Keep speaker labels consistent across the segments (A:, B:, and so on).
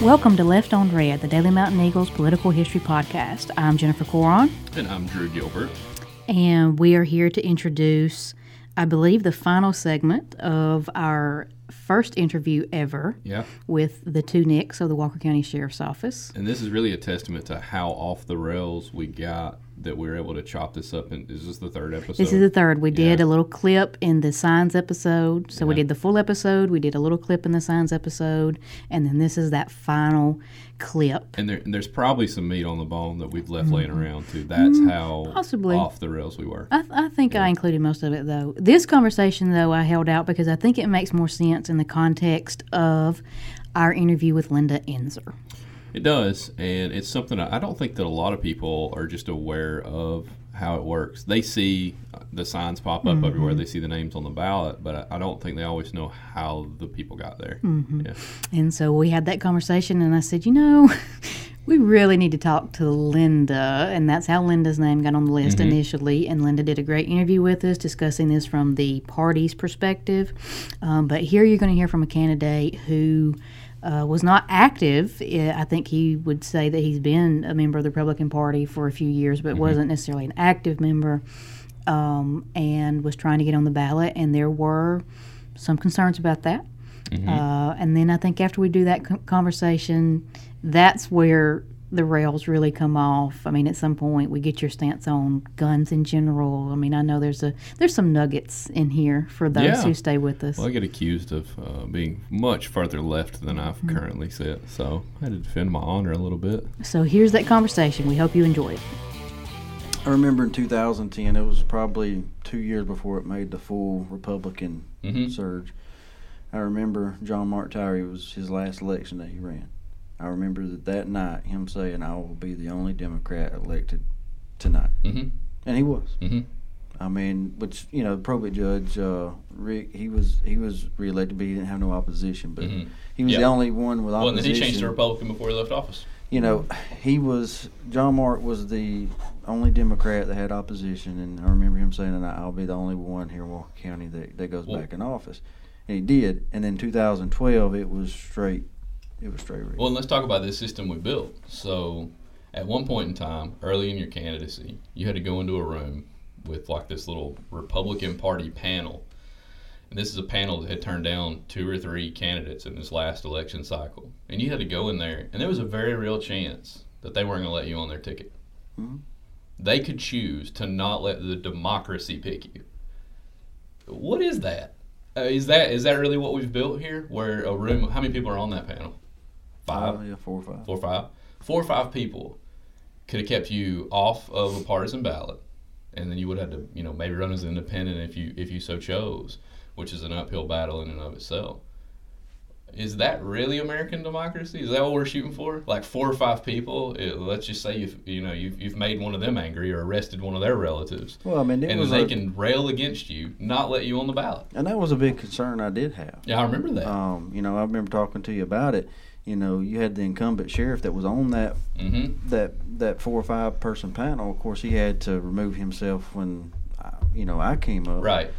A: Welcome to Left on Red, the Daily Mountain Eagles Political History Podcast. I'm Jennifer Coron,
B: And I'm Drew Gilbert.
A: and we are here to introduce, I believe, the final segment of our first interview ever
B: Yeah.
A: with the two Nicks of the Walker County Sheriff's Office.
B: And this is really a testament to how off the rails we got that we were able to chop this up. And is this the third episode?
A: This is the third. We did a little clip in the signs episode. So we did the full episode, we did a little clip in the signs episode, and then this is that final clip.
B: and, there, and there's probably some meat on the bone that we've left laying around too. That's how
A: Mm-hmm. Mm, possibly.
B: off the rails we were.
A: I, th- I think I included most of it though. This conversation though I held out because I think it makes more sense in the context of our interview with Linda Enzer.
B: It does, and it's something I I don't think that a lot of people are just aware of how it works. They see uh, the signs pop up
A: Mm-hmm.
B: everywhere, they see the names on the ballot, but I, I don't think they always know how the people got there.
A: Mm-hmm.
B: Yeah.
A: And so we had that conversation and I said, you know, we really need to talk to Linda and that's how Linda's name got on the list initially and Linda did a great interview with us discussing this from the party's perspective. Um, but here you're going to hear from a candidate who uh, was not active. Eh, I think he would say that he's been a member of the Republican Party for a few years, but wasn't necessarily an active member um, and was trying to get on the ballot. And there were some concerns about that.
B: Mm-hmm.
A: Uh, and then I think after we do that co- conversation, that's where the rails really come off. I mean, at some point, we get your stance on guns in general. I mean, I know there's a there's some nuggets in here for those
B: Yeah.
A: who stay with us.
B: Well, I get accused of uh, being much further left than I've currently sit, so I had to defend my honor a little bit.
A: So here's that conversation. We hope you enjoy it.
C: I remember in 2010, it was probably two years before it made the full Republican
B: Mm-hmm.
C: surge. I remember John Mark Tyree it was his last election that he ran. I remember that that night him saying, "I will be the only Democrat elected tonight,"
B: Mm-hmm.
C: and he was.
B: Mhm.
C: I mean, which you know, probate judge uh, Rick, he was he was reelected, but he didn't have no opposition. But he was the
B: Mm-hmm. Yeah.
C: only one with opposition
B: Republican before he left office.
C: you know, he was John Mark was the only Democrat that had opposition, and I remember him saying, "And I- I'll be the only one here in Walker County that, that goes
B: Well-
C: back in office," and he did. And then 2012, it was straight, it was straight.
B: Well, and let's talk about this system we built. So, at one point in time, early in your candidacy, you had to go into a room with like this little Republican Party panel. And this is a panel that had turned down two or three candidates in this last election cycle. And you had to go in there, and there was a very real chance that they weren't going to let you on their ticket. They could choose to not let the democracy pick you. What is that? Uh, is that is that really what we've built here? Where a room? How many people are on that panel? Five
C: yeah, four or five.
B: four or five, four or five people could have kept you off of a partisan ballot, and then you would have to, you know, maybe run as an independent if you if you so chose, which is an uphill battle in and of itself. Is that really American democracy? Is that what we're shooting for? Like four or five people? It, let's just say you've you know you've, you've made one of them angry or arrested one of their relatives,
C: Well, I mean, it
B: and then
C: was
B: they
C: a-
B: can rail against you, not let you on the ballot.
C: and that was a big concern I did have.
B: Yeah, I remember that.
C: Um, you know, I remember talking to you about it. You know, you had the incumbent sheriff that was on that
B: mm-hmm.
C: that that four or five person panel. Of course, he had to remove himself when I, you know I came up.
B: Right.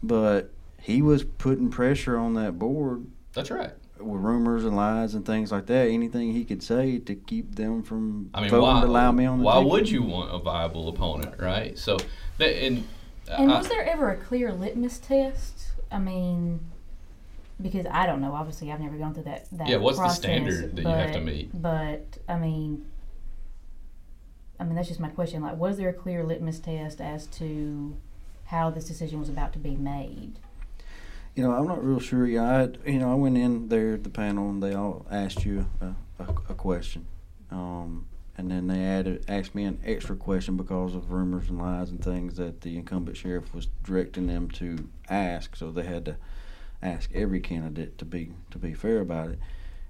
C: but he was putting pressure on that board
B: That's right.
C: with rumors and lies and things like that. Anything he could say to keep them from
B: I mean,
C: voting
B: why,
C: to allow me on the
B: why
C: ticket.
B: would you want a viable opponent, right? So, that, and,
D: And
B: I-
D: was there ever a clear litmus test? I mean, because I don't know. Obviously, I've never gone through that. that
B: Yeah, what's the
D: process,
B: standard that you have to
D: but-
B: meet?
D: But I mean, I mean that's just my question. Like, was there a clear litmus test as to how this decision was about to be made?
C: You know, I'm not real sure. Yeah, I had- you know I went in there at the panel and they all asked you a, a, a question, um, and then they added asked me an extra question because of rumors and lies and things that the incumbent sheriff was directing them to ask. So they had to ask every candidate to be to be fair about it.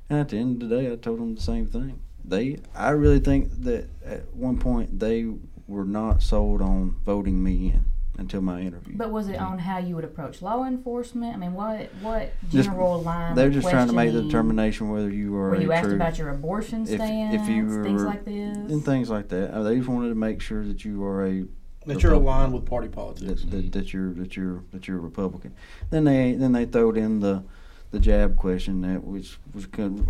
C: And at the end of the day, I told them the same thing. They, I really think that at one point they were not sold on voting me in until my interview.
D: But was it
B: Mm-hmm.
D: on how you would approach law enforcement? I mean, what what
C: Just-
D: general line?
C: They're
D: of
C: just trying to make the
D: questioning-
C: determination whether you are
D: Were you
C: a
D: asked
C: true-
D: about your abortion
C: if- if
D: stance?
C: you
D: things
C: were-
D: like this.
C: and things like that. Uh, They just wanted to make sure that you are a
E: That you're
C: Republican.
E: aligned with party politics.
C: that, that, that you're that you're that you're a Republican. Then they then they throwed in the the jab question that which was kind of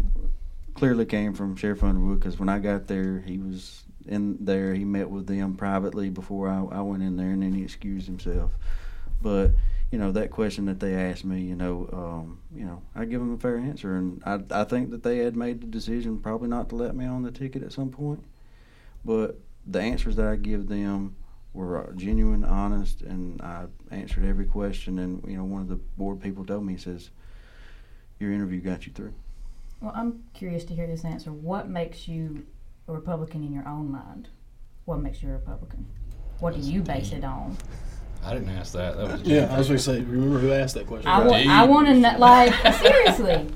C: clearly came from Sheriff Underwood because when I got there, he was in there. He met with them privately before I, I went in there, and then he excused himself. But you know that question that they asked me, you know, um, you know, I give them a fair answer, and I I think that they had made the decision probably not to let me on the ticket at some point, but the answers that I give them were uh, genuine, honest, and I answered every question. And you know, one of the board people told me, he says, "Your interview got you through."
D: Well, I'm curious to hear this answer. What makes you a Republican in your own mind? What makes you a Republican? What do you base it on?
B: I didn't ask that. That was
E: Yeah, I was going to say, remember who asked that question?
D: I, wa-
B: Right.
D: I want to know, like, seriously,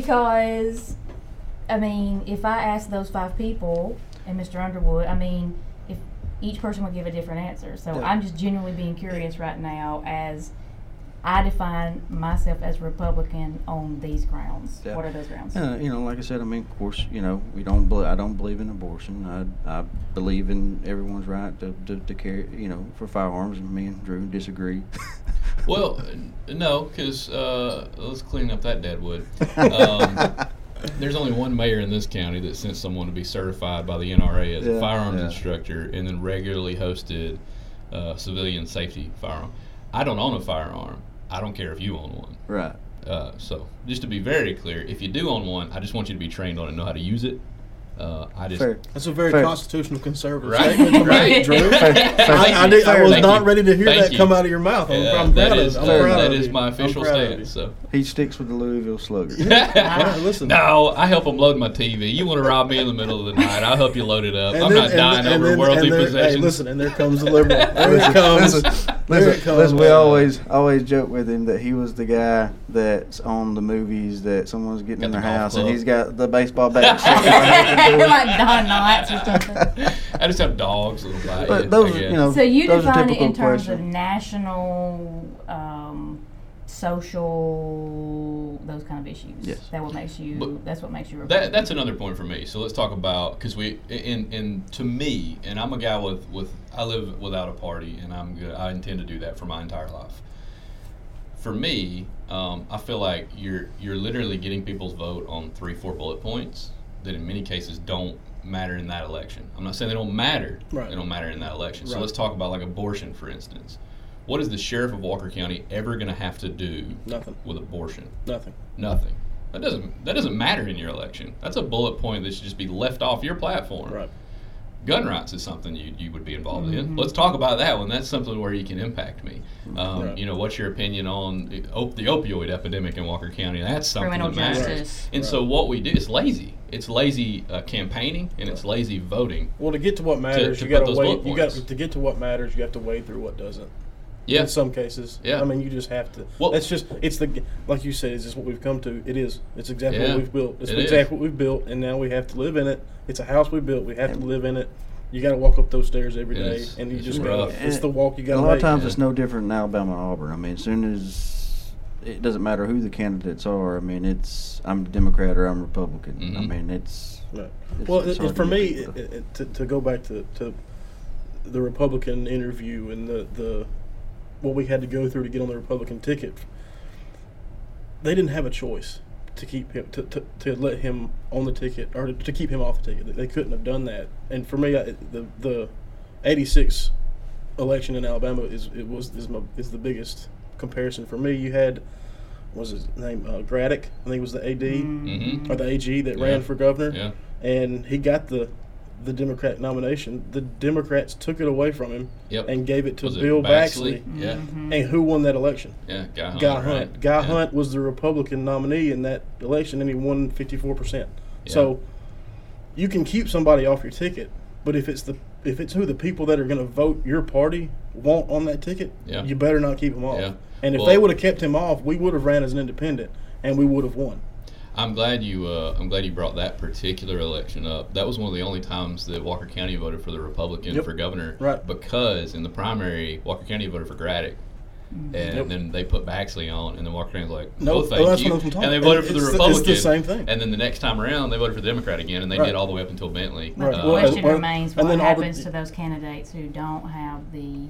D: because, I mean, if I asked those five people and Mr. Underwood, I mean, if each person would give a different answer. So
C: Yeah.
D: I'm just genuinely being curious right now as I define myself as Republican on these grounds.
C: Yeah.
D: What are those grounds?
C: Uh, you know, like I said, I mean, of course, you know, we don't. Bel- I don't believe in abortion. I, I believe in everyone's right to, to, to carry, you know, for firearms. And me and Drew disagree.
B: Well, n- no, because uh, let's clean up that dead wood. Um, there's only one mayor in this county that sent someone to be certified by the NRA as a
C: Yeah,
B: firearms
C: yeah.
B: instructor and then regularly hosted uh, civilian safety firearm. I don't own a firearm. I don't care if you own one.
C: right.
B: Uh, so, just to be very clear, if you do own one, I just want you to be trained on it and know how to use it. Uh, I just
C: Fair.
E: That's a very
C: Fair.
E: constitutional conservative
B: Right,
E: statement to make,
B: right.
E: Drew.
B: Fair, fair.
E: I, I, did, I
B: Fair,
E: was
B: thank
E: not
B: you.
E: ready to hear
B: Thank
E: that
B: you.
E: come out of your mouth. I'm,
B: Uh,
E: I'm proud
B: that
E: of
B: is
E: I'm
B: fair.
E: proud
B: That
E: of
B: is
E: you.
B: my
E: I'm
B: official
E: proud of
B: stance.
E: you.
B: So.
C: He sticks with the Louisville Slugger.
E: Yeah, listen.
B: No, I help them load my TV. You want to rob me in the middle of the night? I'll help you load it up.
E: And
B: I'm
E: then-
B: not
E: and
B: dying
E: then- and
B: over
E: then-
B: worldly
E: and there- Hey,
B: possessions.
E: listen, and there comes the liberal. There it comes.
C: listen,
E: there it
C: listen,
E: comes.
C: listen, we always always joke with him that he was the guy that's on the movies that someone's getting
B: Got
C: in
B: the
C: their
B: golf
C: house and
B: club.
C: he's got the baseball bat.
D: like Don Knotts or something.
B: I just have dogs, little black.
C: But
B: I
C: those, are,
B: guess.
C: you know,
D: So you
C: those are
D: define it
C: typical
D: in terms of
C: questions.
D: national, um, social, those kind of issues.
C: Yes.
D: That what makes you.
B: But-
D: that's what makes you. a
B: That, that's another point for me. So let's talk about because we and and to me, and I'm a guy with with I live without a party, and I'm good. I intend to do that for my entire life. For me, um, I feel like you're you're literally getting people's vote on three four bullet points that in many cases don't matter in that election. I'm not saying they don't matter.
E: Right.
B: They don't matter in that election. So
E: Right.
B: let's talk about like abortion, for instance. What is the sheriff of Walker County ever going to have to do
E: Nothing.
B: with abortion?
E: Nothing.
B: nothing. That doesn't that doesn't matter in your election. That's a bullet point that should just be left off your platform.
E: Right. Mm-hmm.
B: Gun rights is something you, you would be involved in. Let's talk about that one. That's something where you can impact me. Um,
E: Right.
B: You know, what's your opinion on the op- the opioid epidemic in Walker County? That's something
D: criminal
B: that matters.
D: justice.
B: And so what we do is lazy. It's lazy uh, campaigning and it's lazy voting.
E: Well, to get to what matters,
B: to
E: you
B: put
E: got to
B: those
E: wait.
B: bullet
E: You got
B: points.
E: to get to what matters. You have to wade through what doesn't.
B: Yeah.
E: In some cases,
B: Yeah.
E: I mean, you just have to.
B: Well-
E: that's just. It's the like you said. It's just what we've come to. It is. It's exactly
B: Yeah,
E: what we've built. It's
B: it is.
E: exactly what we've built, and now we have to live in it. It's a house we built. We have to live in it. You got to walk up those stairs every
B: And
E: day,
B: it's-
E: and you
B: it's
E: just
B: rough.
E: it's the walk you got
C: a
E: to
C: lot
E: make.
C: of times
B: yeah.
C: it's no different in Alabama and Auburn. I mean, as soon as it doesn't matter who the candidates are. I mean, it's I'm Democrat or I'm Republican. I
B: Mhm.
C: mean, it's
E: Right.
C: It's-
E: Well,
C: it's
E: it,
C: hard
E: for
C: to
E: me,
C: get
E: it, it, to, to go back to, to the Republican interview and the, the what we had to go through to get on the Republican ticket, they didn't have a choice to keep him to, to, to let him on the ticket or to, to keep him off the ticket. They couldn't have done that. And for me, I, the the '86 election in Alabama is it was is, my, is the biggest comparison for me. You had what was his name uh, Graddick, I think it was the AD
B: Mm-hmm.
E: or the AG that
B: Yeah.
E: ran for governor
B: Yeah.
E: and he got the the Democrat nomination. The Democrats took it away from him
B: Yep.
E: and gave it to
B: Was it
E: Bill Baxley.
B: Yeah.
D: Mm-hmm.
E: And who won that election?
B: Yeah. Guy Hunt.
E: Guy
B: Uh, right.
E: Hunt. Guy
B: Yeah.
E: Hunt was the Republican nominee in that election, and he won fifty four percent. So you can keep somebody off your ticket, but if it's the if it's who the people that are going to vote your party want on that ticket,
B: Yeah.
E: you better not keep him off.
B: Yeah.
E: And if
B: Well-
E: they would have kept him off, we would have ran as an independent, and we would have won.
B: I'm glad you. Uh, I'm glad you brought that particular election up. That was one of the only times that Walker County voted for the Republican
E: Yep.
B: for governor.
E: Right.
B: Because in the primary, Walker County voted for Graddick, and
E: Mm-hmm. Yep.
B: then they put Baxley on, and then Walker County's like,
E: No,
B: no,
E: well,
B: thank
E: that's
B: you,
E: what I'm talking
B: and they
E: about.
B: voted for the
E: It's the-
B: Republican.
E: it's the same thing.
B: And then the next time around, they voted for the Democrat again, and they
E: Right.
B: did all the way up until Bentley. Uh,
D: But
E: Right.
D: the
E: Well,
D: question
E: well,
D: remains:
E: and
D: What
E: then all the-
D: happens to those candidates who don't have the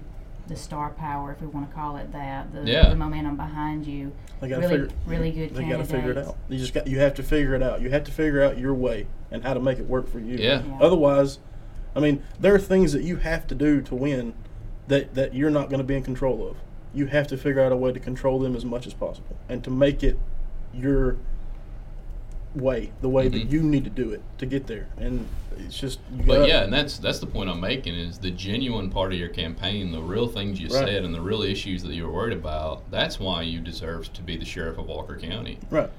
D: the star power, if we want to call it that, the,
B: Yeah.
D: the momentum behind you.
E: They gotta
D: really,
E: figure.
D: really good
E: They gotta
D: candidates.
E: figure it out. You just got. You have to figure it out. You have to figure out your way and how to make it work for you.
B: Yeah.
D: Yeah.
E: Otherwise, I mean, there are things that you have to do to win that that you're not going to be in control of. You have to figure out a way to control them as much as possible and to make it your way, the way
B: Mhm.
E: that you need to do it to get there. And it's just. You
B: But
E: gotta-
B: yeah, and that's that's the point I'm making is the genuine part of your campaign, the real things you
E: Right.
B: said and the real issues that you were worried about. That's why you deserve to be the sheriff of Walker County.
E: Right.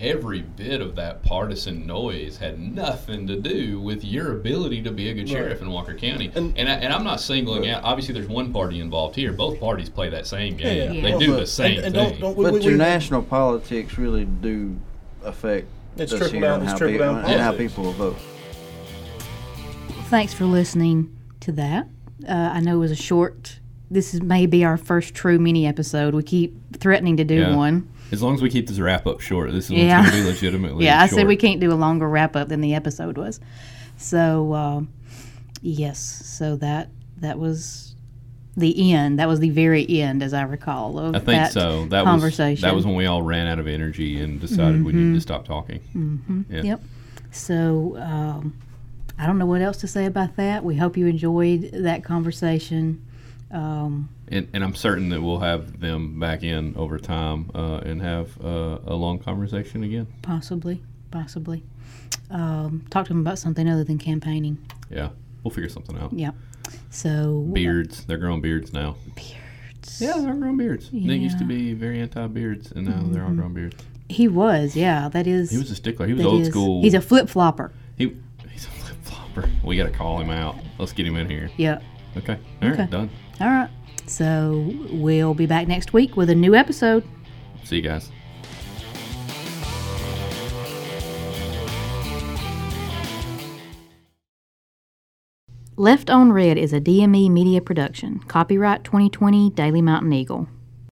B: Every bit of that partisan noise had nothing to do with your ability to be a good
E: Right.
B: sheriff in Walker County.
E: And-
B: And and, I, and I'm not singling out. Obviously, there's one party involved here. Both parties play that same game.
D: yeah.
B: They
D: Well,
B: do
E: but-
B: the same
E: and, and
B: thing.
E: Don't, don't, we,
C: But
E: we,
C: your
E: we-
C: national politics really do affect
E: It's
C: us
E: trickle
C: here
E: down-
C: and
E: it's
C: how,
E: trickle
C: people,
E: down
C: and how
E: politics.
C: people vote.
A: Thanks for listening to that. Uh, I know it was a short. This is maybe our first true mini episode. We keep threatening to do
B: Yeah.
A: one.
B: As long as we keep this wrap up short, this is
A: what's Yeah. gonna
B: be legitimately.
A: Yeah, I said we can't do a longer wrap up than the episode was. So um, yes, so that that was the end. That was the very end, as I recall. Of
B: I think
A: that
B: so. That
A: conversation. Mm-hmm.
B: was that was when we all ran out of energy and decided we needed to stop talking. Yeah.
A: Yep. So um, I don't know what else to say about that. We hope you enjoyed that conversation. Um,
B: And, and I'm certain that we'll have them back in over time uh, and have uh, a long conversation again.
A: possibly, possibly. Um, talk to them about something other than campaigning.
B: Yeah, we'll figure something out.
A: Yep. So
B: Beards, they're growing beards now.
A: beards.
B: Yeah, they're growing beards. Nick used to
A: Yeah.
B: be very anti-beards, and now they're all growing beards.
A: He was, yeah. That is.
B: He was a stickler. He was
A: that
B: old
A: is-
B: school.
A: He's a flip flopper.
B: he, he's a flip flopper. We got to call him out. Let's get him in here.
A: Yep.
B: Okay. All right.
A: Okay.
B: Done.
A: All right. So we'll be back next week with a new episode.
B: See you guys.
A: E Left on Red is a DME media production. Copyright 2020 Daily Mountain Eagle.